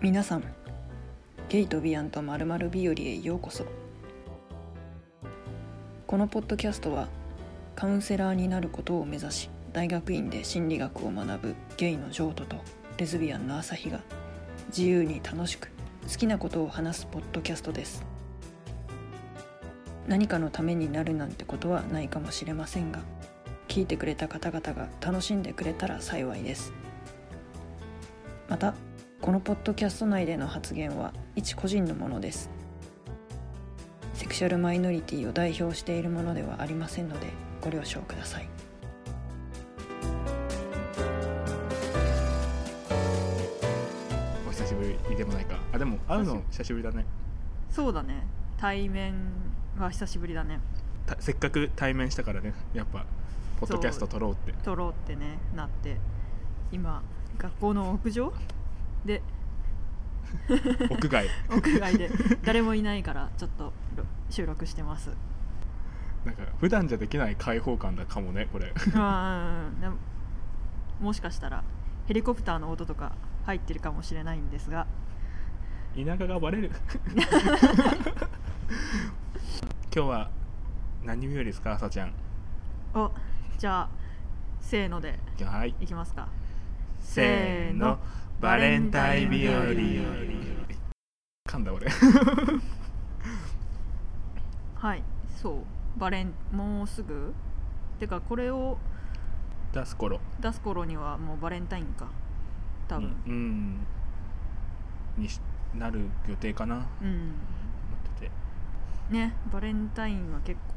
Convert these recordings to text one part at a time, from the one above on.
皆さんゲイとビアンとまるまる日和へようこそこのポッドキャストはカウンセラーになることを目指し大学院で心理学を学ぶゲイのジョートとレズビアンの朝日が自由に楽しく好きなことを話すポッドキャストです何かのためになるなんてことはないかもしれませんが聞いてくれた方々が楽しんでくれたら幸いですまたこのポッドキャスト内での発言は一個人のものですセクシャルマイノリティを代表しているものではありませんのでご了承くださいお久しぶりでもないかあでも会うの久しぶりだねそうだね対面は久しぶりだねたせっかく対面したからねやっぱポッドキャスト撮ろう って撮ろうってねなって今学校の屋上で屋外屋外で誰もいないからちょっとろ収録してますなんか普段じゃできない開放感だかもねこれまあでももしかしたらヘリコプターの音とか入ってるかもしれないんですが田舎がバレ る今日は何日よりですか朝ちゃんおじゃあせーのでじゃあはいいきますかせーのバレンタイン日和より噛んだ 俺はいそうバレンもうすぐてかこれを出す頃出す頃にはもうバレンタインか多分、にうんにしなる予定かな思うんっててねバレンタインは結構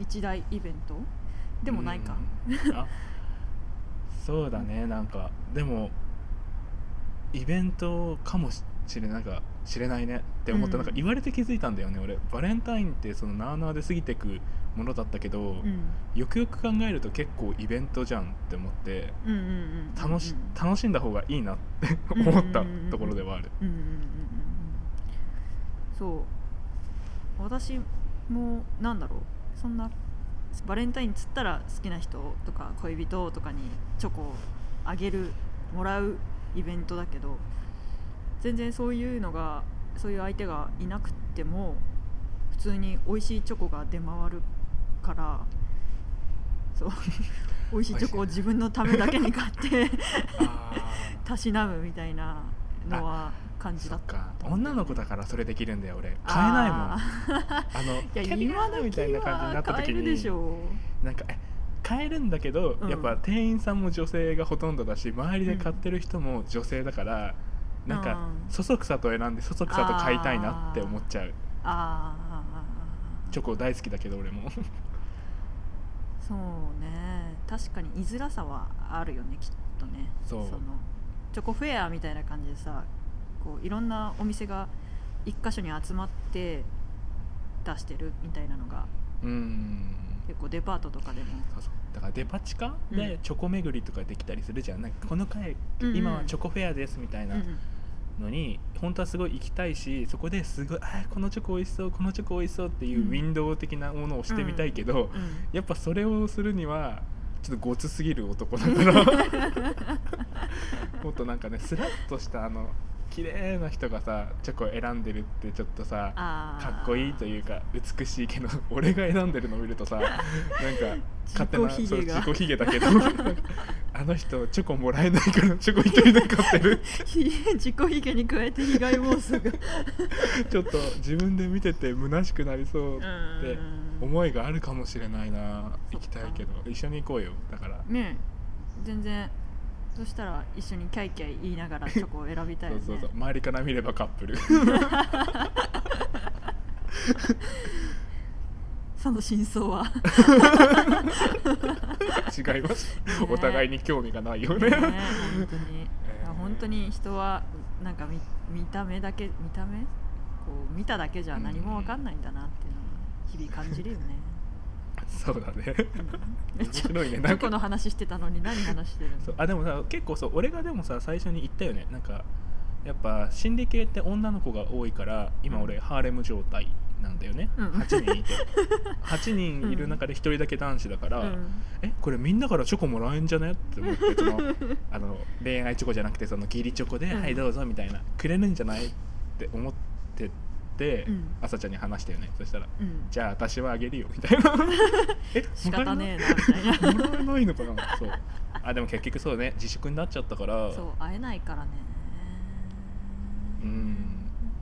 一大イベントでもないか、うんあそうだねなんかでもイベントかもしれないなんか知れないねって思った、うんなんか言われて気づいたんだよね俺バレンタインってそのなあなあで過ぎてくものだったけうど、ん、よくよく考えると結構イベントじゃんって思ってうんうんうん楽うし,、ん楽しんだ方がいいなってうん思ったところではある、うんうんうんうんうんそう私もなんだろうそんなバレンタインつったら好きな人とか恋人とかにチョコをあげるもらうイベントだけど全然そういうのがそういう相手がいなくても普通に美味しいチョコが出回るからそう美味しいチョコを自分のためだけに買ってあたしなむみたいなのは感ーじそだっったか女の子だからそれできるんだよ俺買えないもんあのいやキャリア今だのみたいな感じになった買時えにるでしょなんかえ買えるんだけど、うんやっぱ店員さんも女性がほとんどだし周りで買ってる人も女性だから、なんかうんそそくさと選んでそそくさと買いたいなって思っちゃうああチョコ大好きだけど 俺もそうね確かに居づらさはあるよねきっとねそうのチョコフェアみたいな感じでさこういろんなお店が一箇所に集まって出してるみたいなのがうん結構デパートとかでもそうそうだからデパ地下うんでチョコ巡りとかできたりするじゃん,、なんかこの回、うんうん今はチョコフェアですみたいなうんうんのに本当はすごい行きたいしそこですごいあーこのチョコ美味しそうこのチョコ美味しそうっていうウィンドウ的なものをしてみたいけど、うんやっぱそれをするにはちょっとごつすぎる男だ からもっとなんかねスラッとしたあの綺麗な人がさチョコを選んでるってちょっとさあーかっこいいというか美しいけど 俺が選んでるのを見る とさなんか勝手な自己そう卑下が自己卑下だ けどあの人チョコもらえないからチョコ一人で買ってる自己卑下に加えて被害妄想がちょっと自分で見てて虚しくなりそうって思いがあるかもしれないなそ行っかきたいけど一緒に行こうよだからねえ全然そしたら一緒にキャイキャイ言いながらチョコを選びたいよねそうそうそう周りから見ればカッ プルその真相は違います、ねお互いに興味がないよね えね本当に、えー本当に人はなんか見見た目だけ見た目こう見ただけじゃ何もわかんないんだなっていうのを日々感じるよ ね、そうだねうん、面ちょ白いねなチョんコのか話してたのに何話してるのそうあでもさ結構そう俺がでもさ最初に言ったよねなんかやっぱ心理系って女の子が多いから今俺ハーレム状態なんだよね、うん8人いて8人いる中で1人だけ男子だから、うんえこれみんなからチョコもらえんじゃねって思ってそのあの恋愛チョコじゃなくてその義理チョコで「うんはいどうぞ」みたいなくれるんじゃないって思ってて、うん朝ちゃんに話したよねそしたら「うんじゃあ私はあげるよ」みた いなえ仕方ねええなみたいな もらえないのかなそうあでも結局そうね自粛になっちゃったからそう会えないからねうん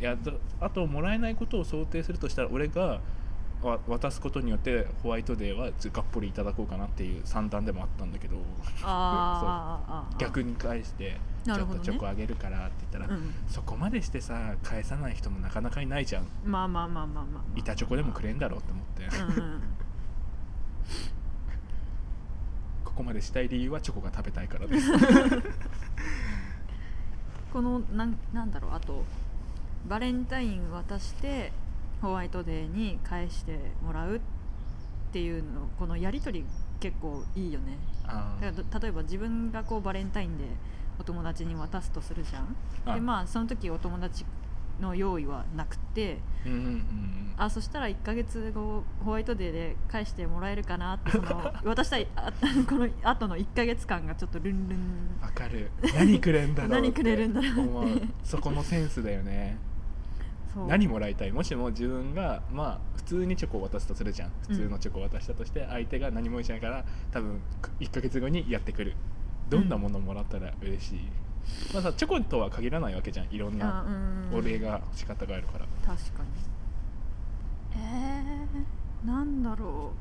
いやだあともらえないことを想定するとしたら俺がわ渡すことによってホワイトデーはずがっぽりいただこうかなっていう算段でもあったんだけどあーあーあーあー逆に返して「ちょなっるほとどねチョコあげるから」って言ったら、うんそこまでしてさ返さない人もなかなかいないじゃんまあまあまあまあまあ板チョコでもくれんだろうって思って、うんうんここまでしたい理由はチョコが食べたいからです このなんなんだろうあとバレンタイン渡してホワイトデーに返してもらうっていうのこのやり取り結構いいよねあだーから例えば自分がこうバレンタインでお友達に渡すとするじゃんあでまあその時お友達の用意はなくてうんうんうんうんあそしたら1ヶ月後ホワイトデーで返してもらえるかなってその渡したいあこの後の1ヶ月間がちょっとルンルンわか る何くれんだろう何くれるんだろうって思そこのセンスだよねそう何もらいたいもしも自分がまあ普通にチョコを渡すとするじゃん普通のチョコを渡したとして相手が何もしないから多分1ヶ月後にやってくるどんなものもらったら嬉しい、まあさチョコとは限らないわけじゃんいろんあなうんお礼が仕方があるから確かにえー、なんだろ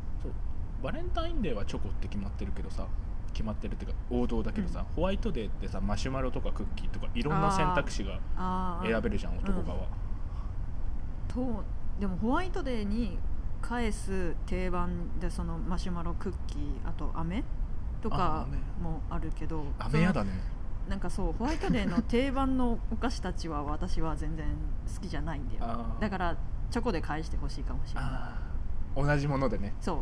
バレンタインデーはチョコって決まってるけどさ決まってるっていうか王道だけどさ、うんホワイトデーってさマシュマロとかクッキーとかいろんな選択肢がうあー選べるじゃん男側は、とでもホワイトデーに返す定番でそのマシュマロクッキーあと飴とかあ飴もあるけど雨やだねそのなんかそうホワイトデーの定番のお菓子たちは私は全然好きじゃないんだよあーだからチョコで返してほしいかもしれないあー同じものでねそう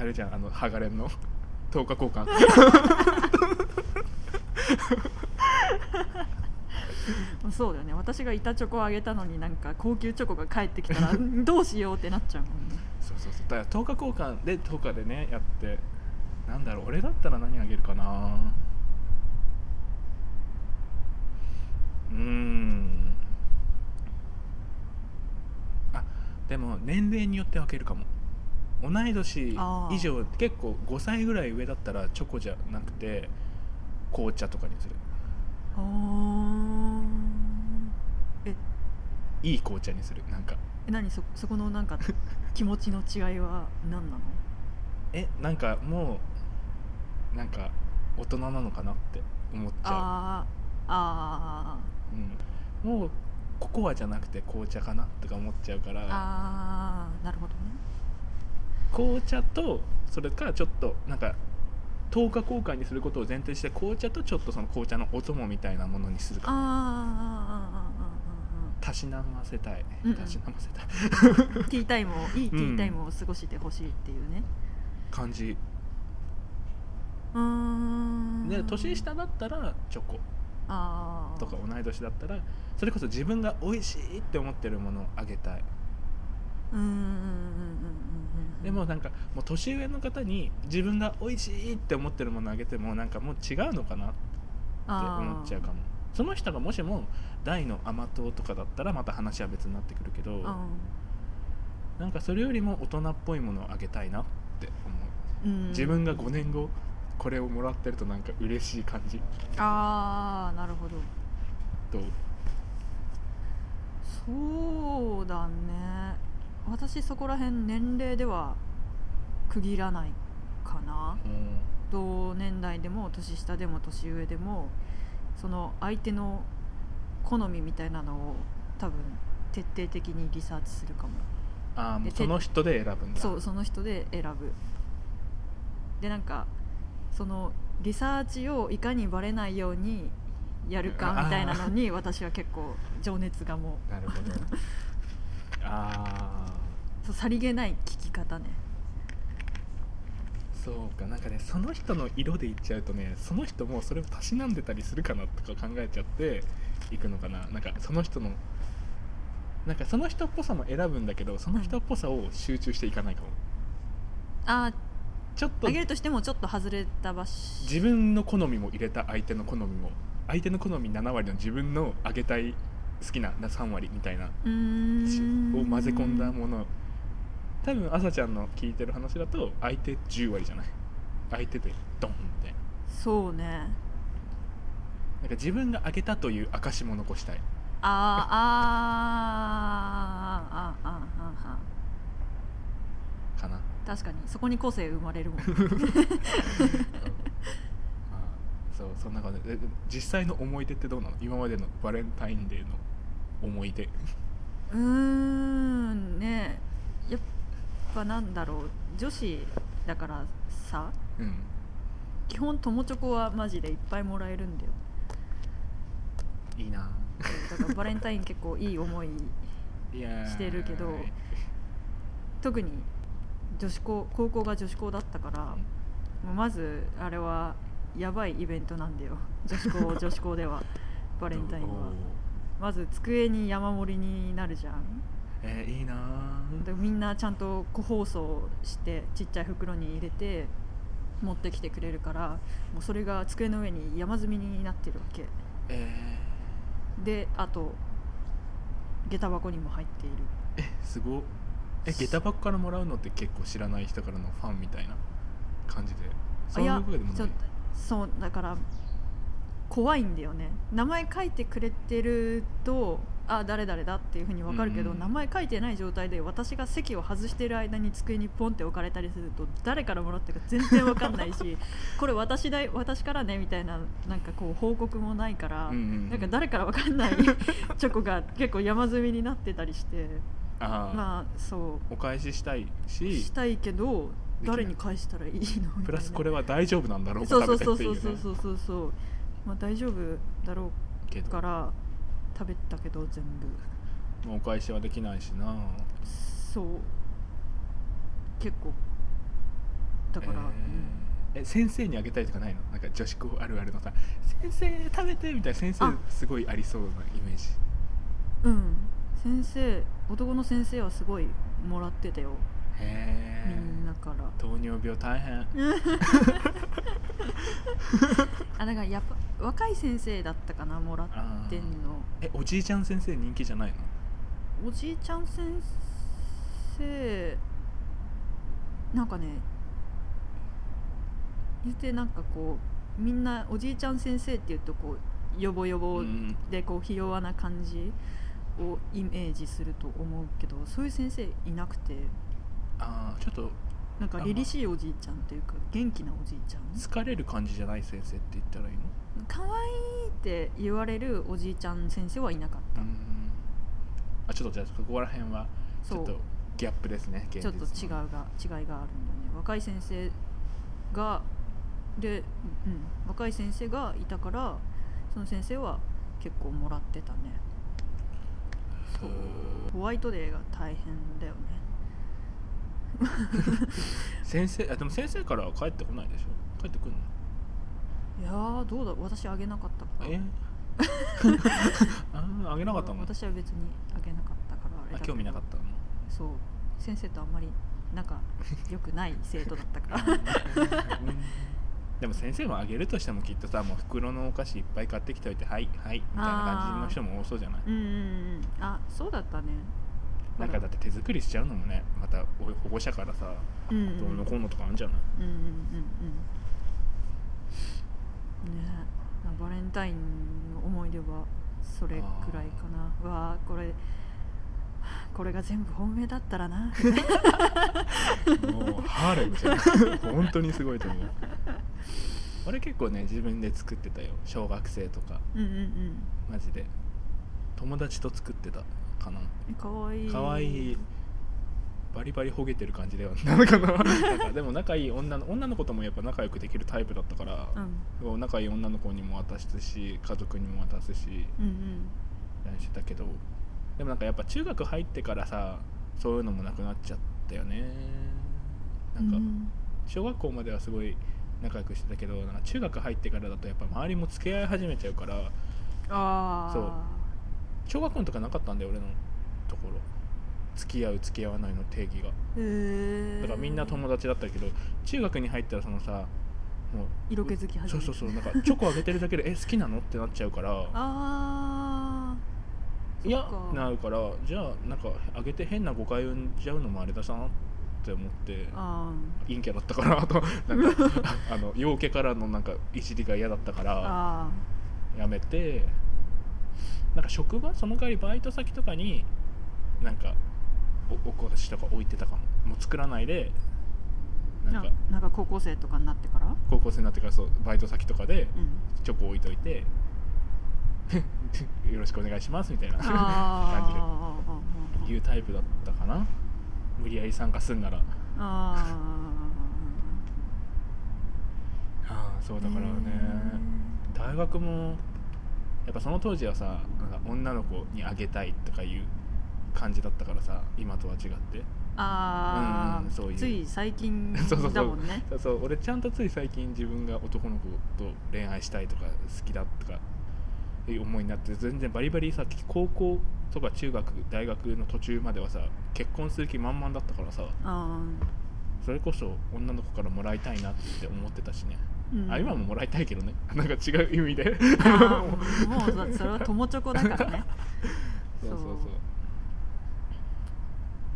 あれじゃんあのハガレンの 10日交換そうだよね私が板チョコをあげたのになんか高級チョコが返ってきたらどうしようってなっちゃうもんねそうそうそうだから10日交換で10日でねやってなんだろう俺だったら何あげるかなうーんあでも年齢によって分けるかも同い年あー以上結構5歳ぐらい上だったらチョコじゃなくて紅茶とかにするあーえいい紅茶にするなんかえ何そそこのなんか気持ちの違いは何なのえなんかもうなんか大人なのかなって思っちゃあーあう、うん、もうココアじゃなくて紅茶かなとか思っちゃうかーらあーなるほどね紅茶とそれからちょっとなんか10日交換にすることを前提して紅茶とちょっとその紅茶のお供みたいなものにするあーあーあーかあーあたしなませたいうんうんたしなませたいーあーティータイムをいいティータイムを過ごしてほしいっていうね感じうーんで年下だったらチョコあーとか同い年だったらそれこそ自分が美味しいって思ってるものをあげたいうーんうんうんうんうんうんでもなんかもう年上の方に自分が美味しいって思ってるものをあげてもなんかもう違うのかなってあー思っちゃうかもその人がもしも大の甘党とかだったらまた話は別になってくるけどなんかそれよりも大人っぽいものをあげたいなって思うんうんう自分が5年後これをもらってるとなんか嬉しい感じああなるほどとそうだね私そこら辺年齢では区切らないかな同年代でも年下でも年上でもその相手の好みみたいなのを多分徹底的にリサーチするかもああもうでその人で選ぶんだそうその人で選ぶでなんかそのリサーチをいかにバレないようにやるかみたいなのに私は結構情熱がもう なるほどああそうさりげない聞き方ねそうかなんかねその人の色でいっちゃうとねその人もそれをたしなんでたりするかなとか考えちゃっていくのかななんかその人のなんかその人っぽさも選ぶんだけどその人っぽさを集中していかないかもあちょっあとあげるとしてもちょっと外れた場所自分の好みも入れた相手の好みも相手の好み7割の自分のあげたい好きな3割みたいなうーんを混ぜ込んだもの多分朝ちゃんの聞いてる話だと相手10割じゃない相手でドンってそうねなんか自分があげたという証も残したいあーあーあーあーあーあかなー確かにそこに個性生まれるもんあーそうそんな感じでで実際の思い出ってどうなの今までのバレンタインデーの思い出うーんねやっぱなんだろう女子だからさうん基本友チョコはマジでいっぱいもらえるんだよいいなだからバレンタイン結構いい思いいやーしてるけど特に女子校高校が女子校だったからもうまずあれはやばいイベントなんだよ女子校女子校ではババレン タインはまず机に山盛りになるじゃんえーいいなーでみんなちゃんと個包装してちっちゃい袋に入れて持ってきてくれるからもうそれが机の上に山積みになってるわけえであと下駄箱にも入っているーえすごっえ下駄箱からもらうのって結構知らない人からのファンみたいな感じでそういうことでもちなょいっとそうだから怖いんだよね名前書いてくれてるとあ誰々だっていうふうに分かるけど、うん名前書いてない状態で私が席を外してる間に机にポンって置かれたりすると誰からもらったか全然分かんない しこれ私だい私からねみたいななんかこう報告もないから、うんうんうんなんか誰から分かんない チョコが結構山積みになってたりしてあー、まあそお返ししたいうししたいけどできない誰に返したらいいのみたいな。プラスこれは大丈夫なんだろうかそうそうそう食べそてっうていそううねそうそうそうまあ大丈夫だろけうどから食べたけど全部もうお返しはできないしなそう結構だから、うんえーえ先生にあげたいとかないのなんか女子校あるあるのさ先生食べてみたいな先生あすごいありそうなイメージうん、先生男の先生はすごいもらってたよへみえんなから糖尿病大変 あだからやっぱ若い先生だったかなもらってんのえおじいちゃん先生人気じゃないのおじいちゃん先生なんかね言ってなんかこうみんなおじいちゃん先生っていうとこうよぼよぼうんでこうひ弱な感じをイメージすると思うけどそういう先生いなくてああちょっとなんかあまあ凛々しいおじいちゃんというか元気なおじいちゃん疲れる感じじゃない先生って言ったらいいの可愛いって言われるおじいちゃん先生はいなかった、んあちょっとじゃあここら辺はちそょっうとギャップですね現ちょ実っと違うのが違いがあるんだよね若い先生がで、うん、若い先生がいたからその先生は結構もらってたねそうホワイトデーが大変だよね先生あでも先生からは帰ってこないでしょ帰ってくんのいやーどうだ私あげなかったからえ あーあげなかったの私は別にあげなかったからあれだあけど興味なかったのそう先生とあんまり仲良くない生徒だったから うんでも先生もあげるとしてもきっとさもう袋のお菓子いっぱい買ってきておいてはいはいみたいな感じの人も多そうじゃないうんうんうんあそうだったねなんかだって手作りしちゃうのもねまたお保護者からさうんうんどうのこうのとかあるん じゃないうんうんうんうんねえバレンタインの思い出はそれくらいかなわあこれこれが全部本命だったら なもうハーレムじゃん本当にすごいと思う俺結構ね自分で作ってたよ小学生とかうんうんうんマジで友達と作ってたかなえかわいい可愛いバリバリほげてる感じでは なのかななんかでも仲いい女の女の子ともやっぱ仲良くできるタイプだったからう、ん仲いい女の子にも渡すし家族にも渡すしうんうんしてたけどでもなんかやっぱ中学入ってからさそういうのもなくなっちゃったよねなんか、うん小学校まではすごい仲良くしてたけどなんか中学入ってからだとやっぱ周りも付き合い始めちゃうからああそう小学校のとかなかったんだよ俺のところ付き合う付き合わないの定義がへえだからみんな友達だったけど中学に入ったらそのさもう色気づき始めるそうそうそうなんかチョコあげてるだけで え好きなのってなっちゃうからあいやそっかなるからじゃあなんかあげて変な誤解を生んじゃうのもあれださなって思ってーあー陰キャだったからとなんかあの陽気からのなんかいじりが嫌だったからあやめてなんか職場その代わりバイト先とかになんかおお菓子とか置いてたかももう作らないでーなんなかなんか高校生とかになってから高校生になってからそうバイト先とかでうんチョコ置いといて よろしくお願いしますみたいなあーあーあーあーいうタイプだったかな無理やり参加すんならあああそうーだからね大学もやっぱその当時はさなんか女の子にあげたいとかいう感じだったからさ今とは違ってあうんあそういうつい最近 そうそうそうだもんねそうそう俺ちゃんとつい最近自分が男の子と恋愛したいとか好きだとかいう思いになって全然バリバリさ高校とか中学大学の途中まではさ結婚する気満々だったからさあそれこそ女の子からもらいたいなって思ってたしね、ー、うん、あ今ももらいたいけどね なんか違う意味であーもうだってそれは友チョコだから ねそうそうそう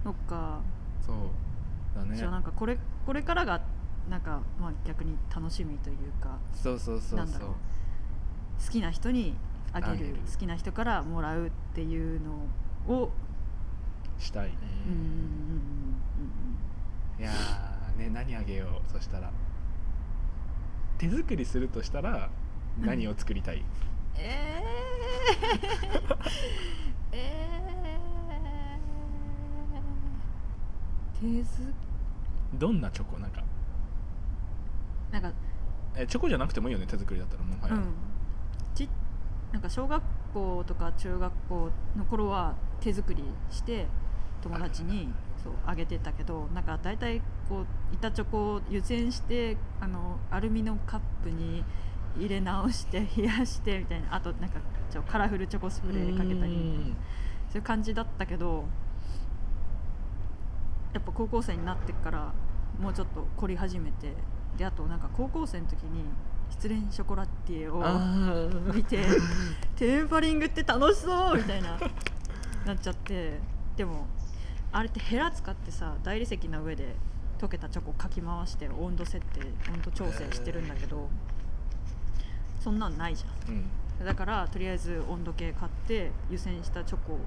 そっかそうだねじゃあなんかこれこれからがなんかまあ逆に楽しみというかそうそうそうなんだそろうう好きな人にあげるあげる好きな人からもらうっていうのをしたいね、うんうんうんいやーね何あげようそしたら手作りするとしたらうん何を作りたい、うんうんえー えー手作どんなチョコなんかなんかえチョコじゃなくてもいいよね手作りだったらもはや、うん、ちなんか小学校とか中学校の頃は手作りして友達はいはいにはいそうあげてたけどなんか大体こう板チョコを湯煎してあのアルミのカップに入れ直して冷やしてみたいなあとなんかちょカラフルチョコスプレーかけたりみたいなそういう感じだったけどやっぱ高校生になってからもうちょっと凝り始めてであとなんか高校生の時に失恋ショコラティエをあー見 てテンパリングって楽しそうみたいななっちゃってでもあれってヘラ使ってさ大理石の上で溶けたチョコかき回して温度設定温度調整してるんだけどそんなんないじゃんうんだからとりあえず温度計買って湯煎したチョコ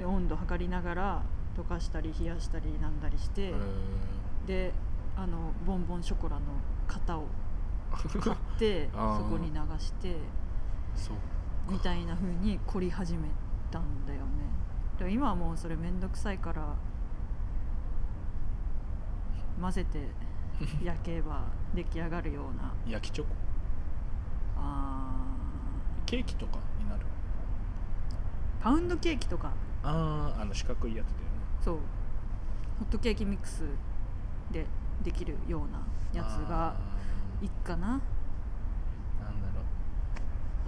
で温度測りながら溶かしたり冷やしたりなんだりして、うーん であのボンボンショコラの型を買ってあーそこに流してそうみたいな風に凝り始めたんだよねでも今はもうそれ面倒くさいから混ぜて焼けば出来上がるような焼きチョコあケーキとかになるーパウンドケーキとかあああの四角いやつだよねそうホットケーキミックスでできるようなやつがあーいいかななんだろう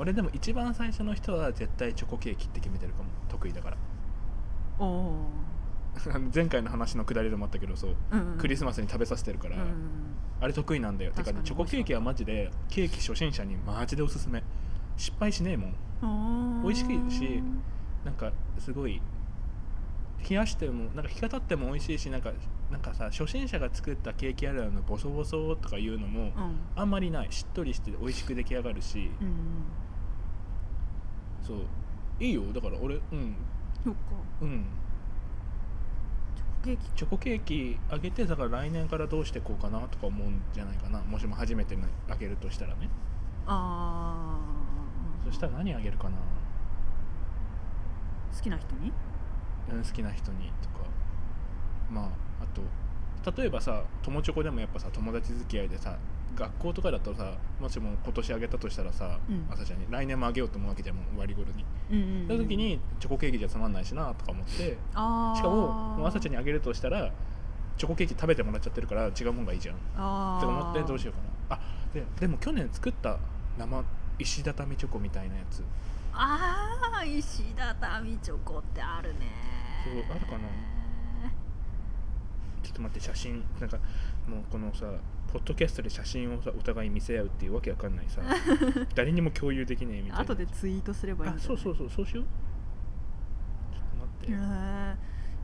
俺でも一番最初の人は絶対チョコケーキって決めてるかも得意だから おおあの前回の話のくだりでもあったけどそうー、うんうん、クリスマスに食べさせてるから、うんあれ得意なんだよてか確かねにチョコケーキはマジでケーキ初心者にマジでおすすめ失敗しねえもうんん、美味しいしなんかすごい冷やしてもなんか日が経っても美味しいしなんかなんかさ初心者が作ったケーキあるあるのボソボソとかいうのうもんあんまりないしっとりして美味しく出来上がるし、うんうんそういいよだから俺うんそっかうんチョコケーキチョコケーキあげてだから来年からどうしてこうかなとか思うんじゃないかなもしも初めてのあげるとしたらねああそしたら何あげるかな、好きな人にうん、好きな人にとかまああと例えばさ友チョコでもやっぱさ友達付き合いでさ学校とかだとさもしも今年あげたとしたらさ、うん朝ちゃんに来年もあげようと思うわけじゃんもう割り頃に、うんうんその時にチョコケーキじゃつまんないしなとか思ってあーしかももう朝ちゃんにあげるとしたらチョコケーキ食べてもらっちゃってるから違うもんがいいじゃんあーって思ってどうしようかなあででも去年作った生石畳チョコみたいなやつああ石畳チョコってあるねそうあるかなちょっと待って写真なんかもうこのさポッドキャストで写真をさお互い見せ合うっていうわけわかんない さ誰にも共有できねえみたいな後でツイートすればいいあんだ、ね、そうそうそうそうしようちょっと待って、へえ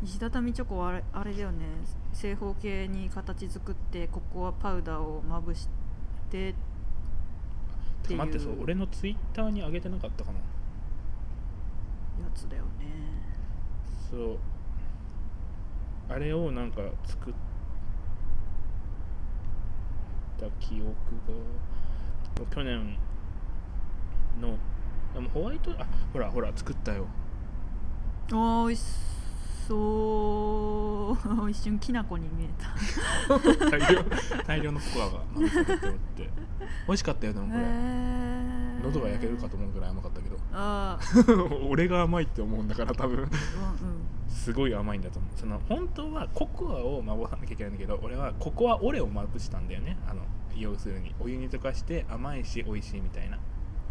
石畳チョコはあれあれだよね正方形に形作ってココアパウダーをまぶしてていう待ってそう俺のツイッターに上げてなかったかなやつだよねそうあれをなんか作った記憶が去年のでもホワイトあほらほら作ったよあー美味しそう 一瞬きな粉に見えた大量大量のココアがなんか入っておって美味しかったよでもこへれえ喉が焼けるかと思うぐらい甘かったけど ああ俺が甘いって思うんだから多分うすごい甘いんだと思うその本当はココアをまぶさなきゃいけないんだけど俺はココアオレをまぶしたんだよねあの要するにお湯に溶かして甘いし美味しいみたいなん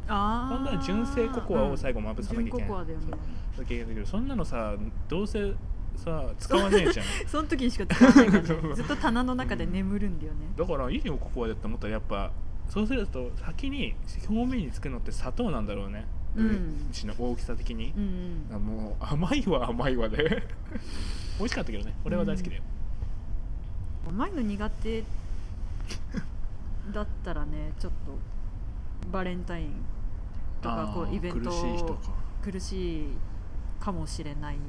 ああ本当は純正ココアを最後まぶさなきゃいけない純ココアだよねだけどそんなのさどうせさ使わねえ じゃんその時にしか使わないからね そうずっと棚の中で眠るんだよねだからいいよココアだって思ったらやっぱそうすると先に表面につくのって砂糖なんだろうね、うんちの大きさ的にう、んあもう甘いは甘いわで 美味しかったけどね俺は大好きだよ、うん甘いの苦手だったらねちょっとバレンタインとかこあうーイベント苦しい人か苦しいかもしれないね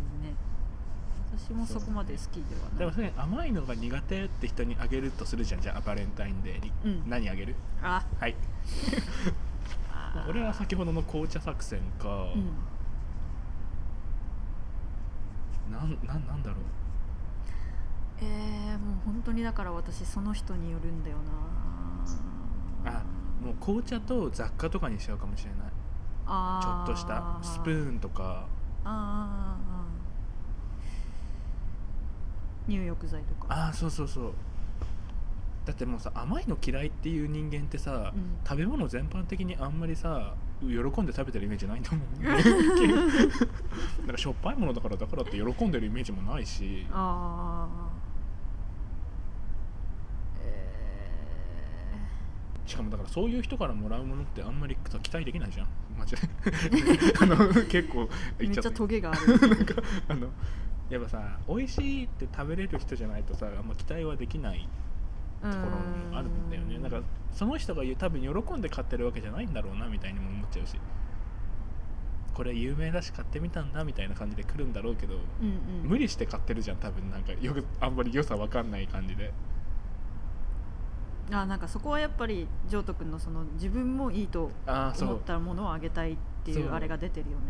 私もそこまで好きではないでもそれ甘いのが苦手って人にあげるとするじゃんじゃあバレンタインデーに、うん何あげるあはいあー俺は先ほどの紅茶作戦か、うんなんなんなんだろえー、もう本当にだから私その人によるんだようなあもう紅茶と雑貨とかにしちゃうかもしれないあちょっとしたスプーンンとかあーあー入浴剤とかああそうそうそうだってもうさ甘いの嫌いっていう人間ってさ、うん 食べ物全般的にあんまりさ喜んで食べてるイメージないと思 うなんかしょっぱいものだからだからって喜んでるイメージもないしああしかもだからそういう人からもらうものってあんまりさ期待できないじゃんマ ジであの結構め言っっちちゃゃったトゲが あるなんかあのやっぱさ美味しいって食べれる人じゃないとさあんま期待はできないとところもあるんだよねなんかその人が言う多分喜んで買ってるわけじゃないんだろうなみたいにも思っちゃうしこれ有名だし買ってみたんだみたいな感じで来るんだろうけどうんうん無理して買ってるじゃん多分なんかよくあんまり良さわかんない感じであーなんかそこはやっぱりジョート君のその自分もいいとああそ思っうたものをあげたいっていそううあれが出てるよね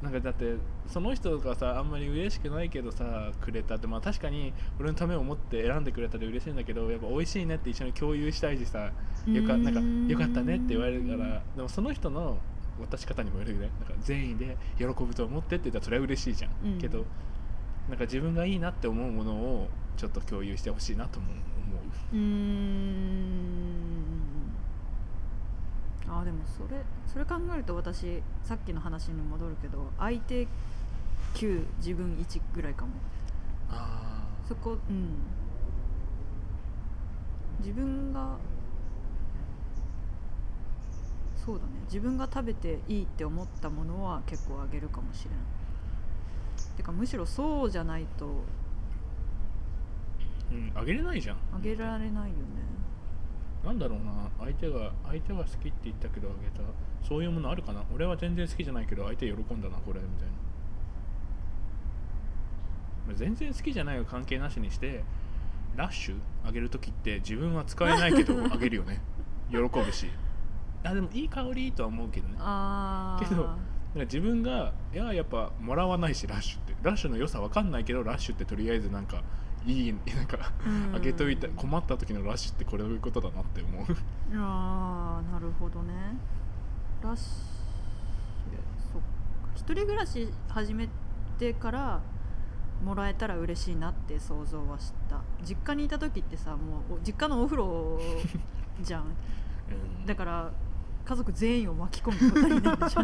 なんかだってその人がさあんまり嬉しくないけどさくれたってまあ確かに俺のためを思って選んでくれたで嬉しいんだけどやっぱ美味しいねって一緒に共有したいしさよかなんかよかったねって言われるからでもその人の渡し方にもよるよねなんか善意で喜ぶと思ってって言ったらそれは嬉しいじゃん、うんけどなんか自分がいいなって思うものをちょっと共有してほしいなとも思うーんあーでもそれそれ考えると私さっきの話に戻るけど相手9自分1ぐらいかもうあそこうん自分がそうだね自分が食べていいって思ったものは結構あげるかもしれないてかむしろそうじゃないとうんあげれないじゃんあげられないよねなんだろうな相手が相手が好きって言ったけどあげたそういうものあるかな俺は全然好きじゃないけど相手喜んだなこれみたいなまあ全然好きじゃないは関係なしにしてラッシュあげる時って自分は使えないけどあげるよね喜ぶしあでもいい香りとは思うけどねなんかああけど自分がいややっぱもらわないしラッシュってラッシュの良さわかんないけどラッシュってとりあえずなんかいいなんかあげといた困った時のラッシュってこれいうことだなって思うああなるほどねラッシュそっか一人暮らし始めてからもらえたら嬉しいなって想像はした実家にいた時ってさもうお実家のお風呂じゃんだから家族全員を巻き込むことになるでしょ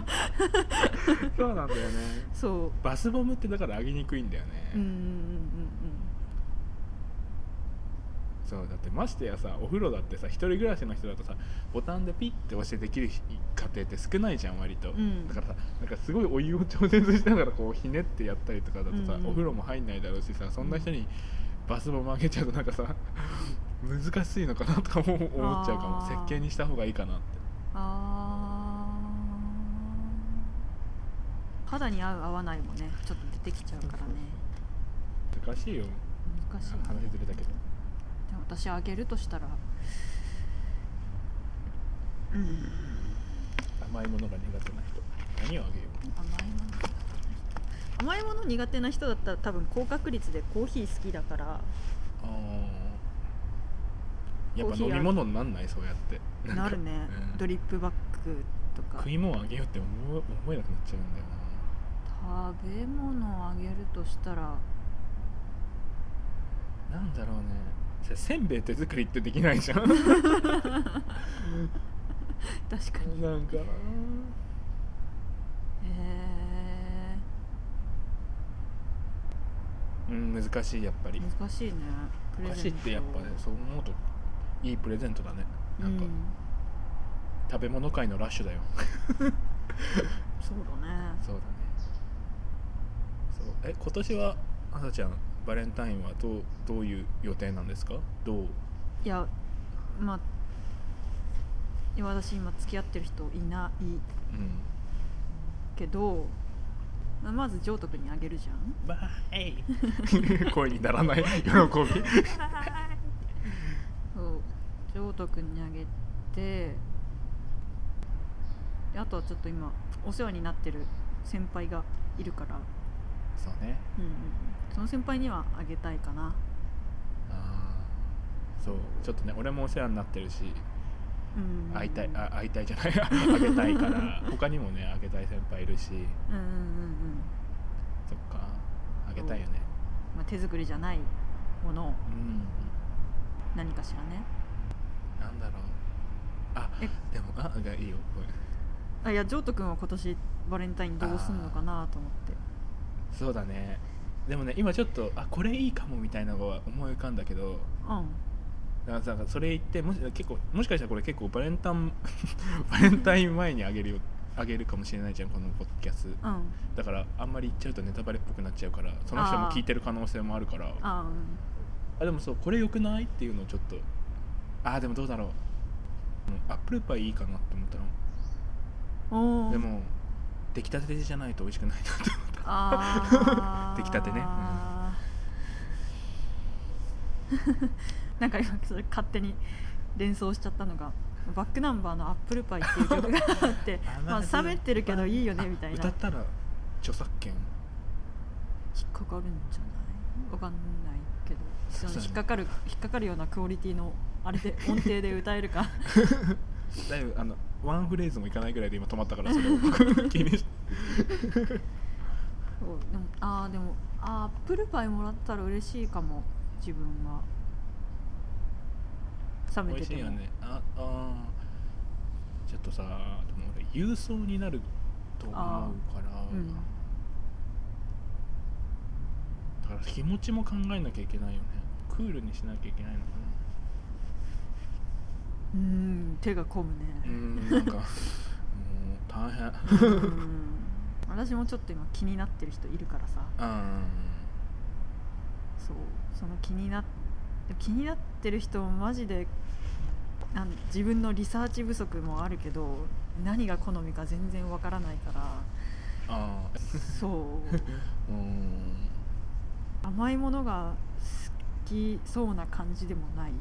そうなんだよねそうバスボムってだから上げにくいんだよね、うんうんうんそうだってましてやさお風呂だってさ一人暮らしの人だとさボタンでピッて押してできる家庭って少ないじゃん割と、んだからさなんかすごいお湯を調節しながらこうひねってやったりとかだとさ、うんうんお風呂も入んないだろうしさそんな人にバスボム上げちゃうとなんかさ難しいのかなとかも思っちゃうかもあー設計にした方がいいかなってあー肌に合う合わないもねちょっと出てきちゃうからね難しいよ難しい、話ね、ずれたけどでも私あげるとしたらうん甘いものが苦手な人何をあげよう甘いもの苦手な人甘いもの苦手な人だったら多分高確率でコーヒー好きだからあーやっぱ飲み物になんないそうやってんかなるね、うんドリップバッグとか食い物あげようって思う思えなくなっちゃうんだよ食べ物をあげるとしたらななんだろうねそれせんべい手作りってできないじゃん確かになんかへうん難しいやっぱえり難しいねプおレ菓子ゼっントてやっぱねそう思うといいプレゼントだねなんか、うん、食べ物界のラッシュだよそうだねそうだねそうえ今年はあさちゃんバレンタインはどうどういう予定なんですかどういやまあいや私今付き合ってる人いないうんけどまあまず上徳にあげるじゃんバイ 声にならない喜びそう上徳にあげてであとはちょっと今お世話になってる先輩がいるから、そうねうんうんうん、その先輩にはあげたいかな、あーそうちょっとね俺もお世話になってるしうん、会いたいあ会いたいじゃない あげたいから他にもねあげたい先輩いるしうんうんうんうん、そっかあげたいよねまあ、手作りじゃないものをうん何かしらねなんだろうあえでもあいやいいよごめんあいやジョート君は今年バレンタインどうすんのかなと思ってそうだねでもね今ちょっとあこれいいかもみたいなのが思い浮かんだけどだからさそれ言ってもし結構もしかしたらこれ結構バレンタン バレンタイン前にあげるよあげるかもしれないじゃんこのポッドキャストうんうんだからあんまり言っちゃうとネタバレっぽくなっちゃうからその人も聞いてる可能性もあるからああうんでもそうこれ良くないっていうのをちょっとあーでもどうだろううんアップルパイいいかなって思ったのおーでも出来たてじゃないと美味しくないなって思ったあー 出来たてねうんなんか今それ勝手に連想しちゃったのがバックナンバーの「アップルパイ」っていう曲があって まあ冷めてるけどいいよねみたいなあ歌ったら著作権引っかかるんじゃないわかんないけどそのそうだね引っかかる引っかかるようなクオリティのあれ で音程で歌えるか だいぶあのワンフレーズもいかないぐらいで今止まったからそ れを僕気にしそうでもああでもあーアップルパイもらったら嬉しいかも自分は冷美め味てしていも、よねああーちょっとさでも俺郵送になると思うあから、うんだから日持ちも考えなきゃいけないよねクールにしなきゃいけないのかうーん手が込むね、なうーんなんか もう大変うん私もちょっと今気になってる人いるからさうんそうその気にな気になってる人もマジでなん自分のリサーチ不足もあるけど何が好みか全然わからないからあーそう うーん甘いものが好きそうな感じでもない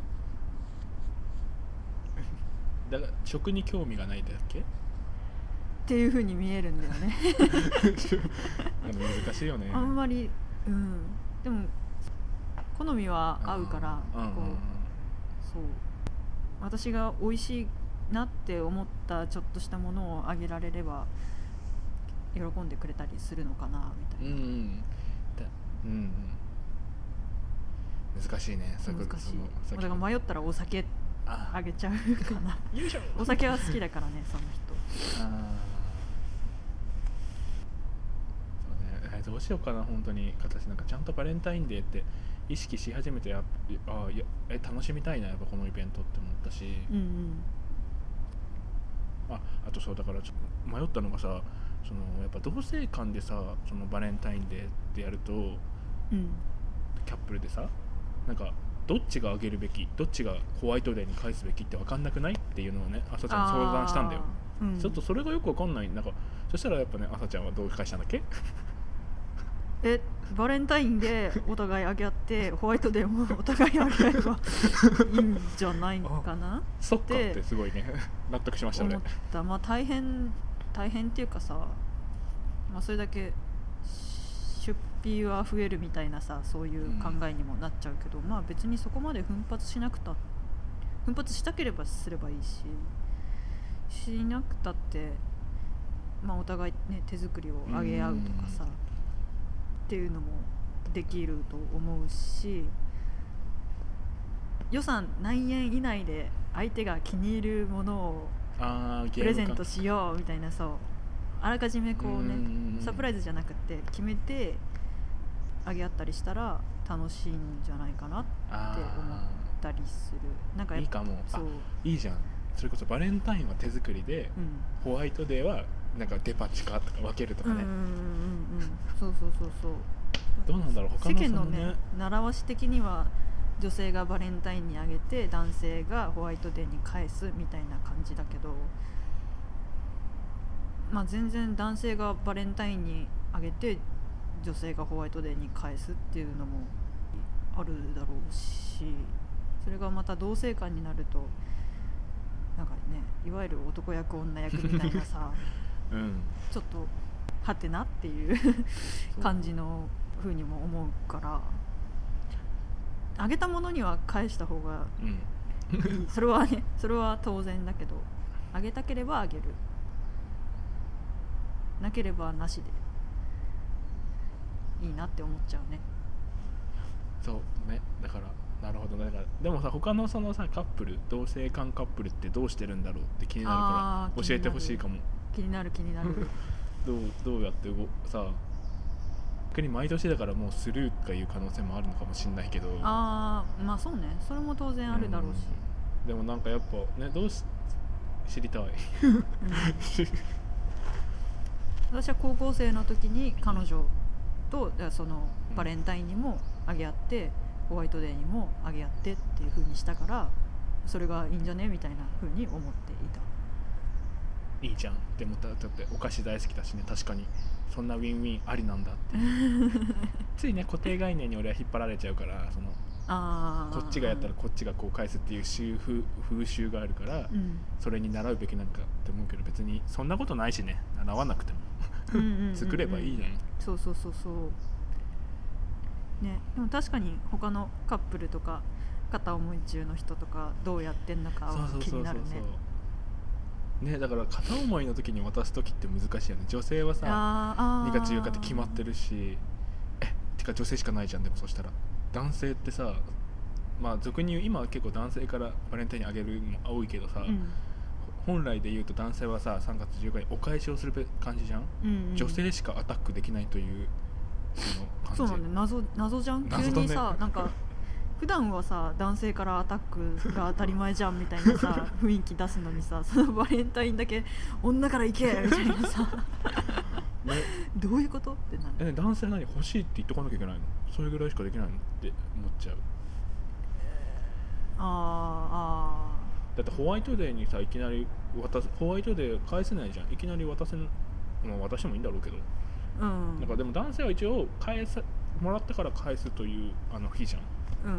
だから食に興味がないだっ けっていう風に見えるんだよねでも難しいよねあんまりうんでも好みは合うからうこんうんうんうそう私が美味しいなって思ったちょっとしたものをあげられれば喜んでくれたりするのかなみたういんな、うんだうんうん難しいねさく難しそいのさっきだから迷ったらお酒ああげちゃうかな よいしょお酒は好きだからねその人そうねえーどうしようかな本当に私なんかちゃんとバレンタインデーって意識し始めてやっあいやえ楽しみたいなやっぱこのイベントって思ったし、うんうんああとそうだからちょ迷ったのがさそのやっぱ同性間でさそのバレンタインデーってやるとうんキャップルでさなんかどっちがあげるべきどっちがホワイトデーに返すべきって分かんなくないっていうのをね朝ちゃんに相談したんだよ、あーうんちょっとそれがよく分かんないなんかそしたらやっぱね朝ちゃんはどう返したんだっけ えバレンタインでお互いあげ合ってホワイトデーもお互いあげ合えばいいんじゃないかなそっかっでてすごいね納得しました俺思ったまあ大変大変っていうかさ、まあ、それだけ出費は増えるみたいなさそういう考えにもなっちゃうけど、まあ別にそこまで奮発しなくた奮発したければすればいいししなくたって、まあ、お互い、ね、手作りをあげ合うとかさ、うんっていうのもできると思うし予算何円以内で相手が気に入るものをあーゲプレゼーンムトかしようみたいなそうあらかじめこうねうんサプライズじゃなくて決めてあげ合ったりしたら楽しいんじゃないかなっあて思たりするなんかーやいっいぱかもそあういいじゃんそれこそバレンタインは手作りで、うんホワイトデーはなんかデパ地下とか分けるとうかんうんうんね、うんうんそうそうそうそうどうなんだろう他世間ののそね習わし的には女性がバレンタインにあげて男性がホワイトデーに返すみたいな感じだけど、まあ、全然男性がバレンタインにあげて女性がホワイトデーに返すっていうのもあるだろうしそれがまた同性間になるとなんかねいわゆる男役女役みたいな さうんちょっとはてなっていう。感じの風にも思うからあげたものには返した方がうんいいそれはねそれは当然だけどあげたければあげるなければなしでいいなって思っちゃうねそうねだからなるほどねだからでもさ他のそのさカップル同性間カップルってどうしてるんだろうって気になあるーから教えてほしいかも気になる気にな るどうどうやって動さ逆に毎年だからもうスルーがいう可能性もあるのかもしれないけどああまあそうねそれも当然あるだろうし、うんでもなんかやっぱねどうし知りたいうん私は高校生の時に彼女とだからそのうんバレンタインにもあげ合ってホワイトデーにもあげ合ってっていう風にしたからそれがいいんじゃねみたいな風に思ってい たいいじゃんって思っただってお菓子大好きだしね確かにそんなウィンウィンありなんだっていうついね固定概念に俺は引っ張られちゃうからそのあーこっちがやったらこっちがこう返すっていう習風風習があるから、うん、それに習うべきなんかって思うけど別にそんなことないしね習わなくてもうんうんうんうん作ればいいじゃん、そうそうそうそうねでも確かに他のカップルとか片思い中の人とかどうやってんのかは気になるねねだから片思いの時に渡す時って難しいよね女性はさあーあ2ーか10かって決まってるしえてか女性しかないじゃんでもそしたら男性ってさまあ俗に言う今は結構男性からバレンタインにあげるの多いけどさ、うん本来で言うと男性はさ3月15日にお返しをするべ感じじゃん、うんうん女性しかアタックできないというその感じそうなんだよ謎謎じゃん急謎だねにさ、なんか普段はさ男性からアタックが当たり前じゃんみたいな さ雰囲気出すのにさそのバレンタインだけ女から行けみたいなさねどういうことってなるえ男性は何欲しいって言っとかなきゃいけないのそれぐらいしかできないのって思っちゃうあだってホワイトデーにさいきなり渡すホワイトデー返せないじゃんいきなり渡せんまあ渡してもいいんだろうけど、ーあーうんなんかでも男性は一応返さもらってから返すというあの日じゃんうんう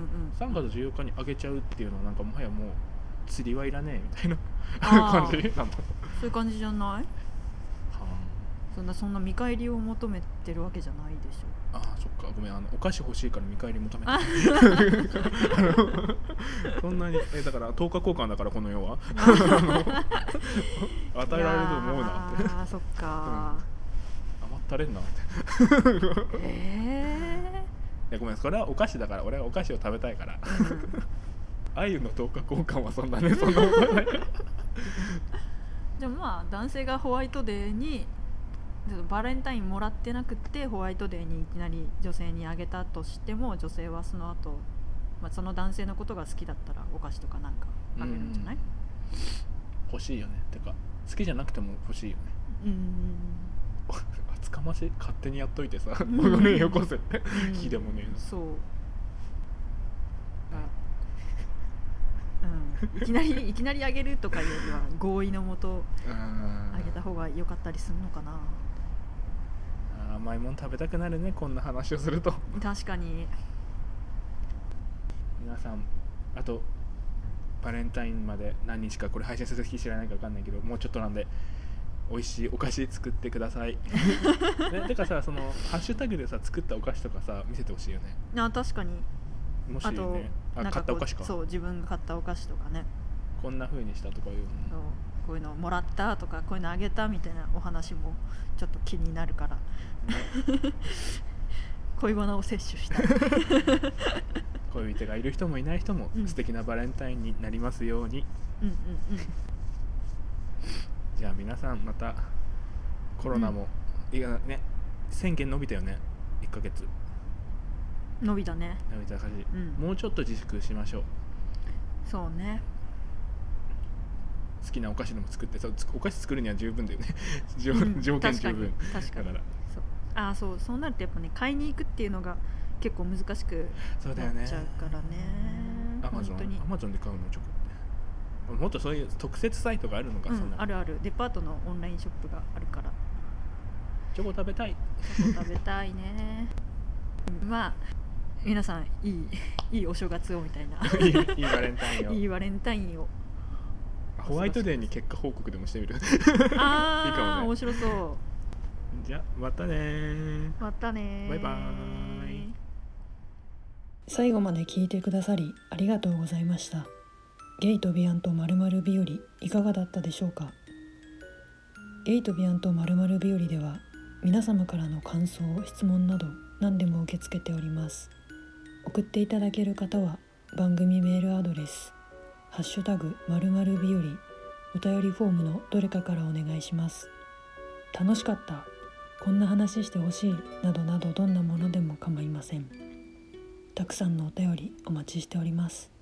ん3月14日にあげちゃうっていうのはなんかもはやもう釣りはいらねえみたいなあー 感じなのそういう感じじゃないはそんなそんな見返りを求めてるわけじゃないでしょああーそっかごめんあのお菓子欲しいから見返り求めてああの そんなにえだから10日交換だからこの世はあの 与えられると思うなっていやーそっか余ったれんなってー、えいやごめんそれはお菓子だから俺はお菓子を食べたいからえー うん あゆの等価交換はそんなねそんなことないじでもまあ男性がホワイトデーにちょっとバレンタインもらってなくってホワイトデーにいきなり女性にあげたとしても女性はその後、まあその男性のことが好きだったらお菓子とかなんかあげるんじゃない、欲しいよねてか好きじゃなくても欲しいよね うん、うん厚かましい勝手にやっといてさん5年 よこせってうん気でもねえなそうあうん、いきなりいきなりあげるとかよりは合意のもとああげた方が良かったりするのかなー甘いもん食べたくなるねこんな話をすると確かに皆さんあとバレンタインまで何日かこれ配信する日知らないか分かんないけどもうちょっとなんで美味しいお菓子作ってくださ いねてかさそのハッシュタグでさ作ったお菓子とかさ見せてほしいよねあ確かにもしあとねあなんか買ったこお菓子うかそう自分が買ったお菓子とかねこんな風にしたとかいうそうのこういうのをもらったとかこういうのあげたみたいなお話もちょっと気になる から恋バナを摂取したい恋人がいる人もいない人もうん素敵なバレンタインになりますように、うんうんうんじゃあ皆さんまたコロナも、いやね宣言伸びたよね1ヶ月伸びたね伸びた感じ、うんもうちょっと自粛しましょうそうね好きなお菓子でも作ってそうつお菓子作るには十分だよね 条 うん条件十分確かに確かにだからそうああそうそうなるとやっぱね買いに行くっていうのが結構難しくそうだなよねっちゃうからねアマゾ本ン当にアマゾンで買うのチョコってもっとそういう特設サイトがあるのか、うそんんなあるあるデパートのオンラインショップがあるからチョコ食 べたいチョコ食べたいねまあ皆さんいいい いお正月をみたいないいいいバレンタインをいいバレンタインをホワイトデーに結果報告でもしてみる いいかああ、もね面白そうじゃあまたねーまたねーバイバーイ最後まで聞いてくださりありがとうございましたゲイとビアンとまるまる日和いかがだったでしょうかゲイとビアンとまるまる日和では皆様からの感想質問など何でも受け付けております送っていただける方は番組メールアドレスハッシュタグまるまる日和お便りフォームのどれかからお願いします楽しかったこんな話してほしいなどなどどんなものでも構いませんたくさんのお便りお待ちしております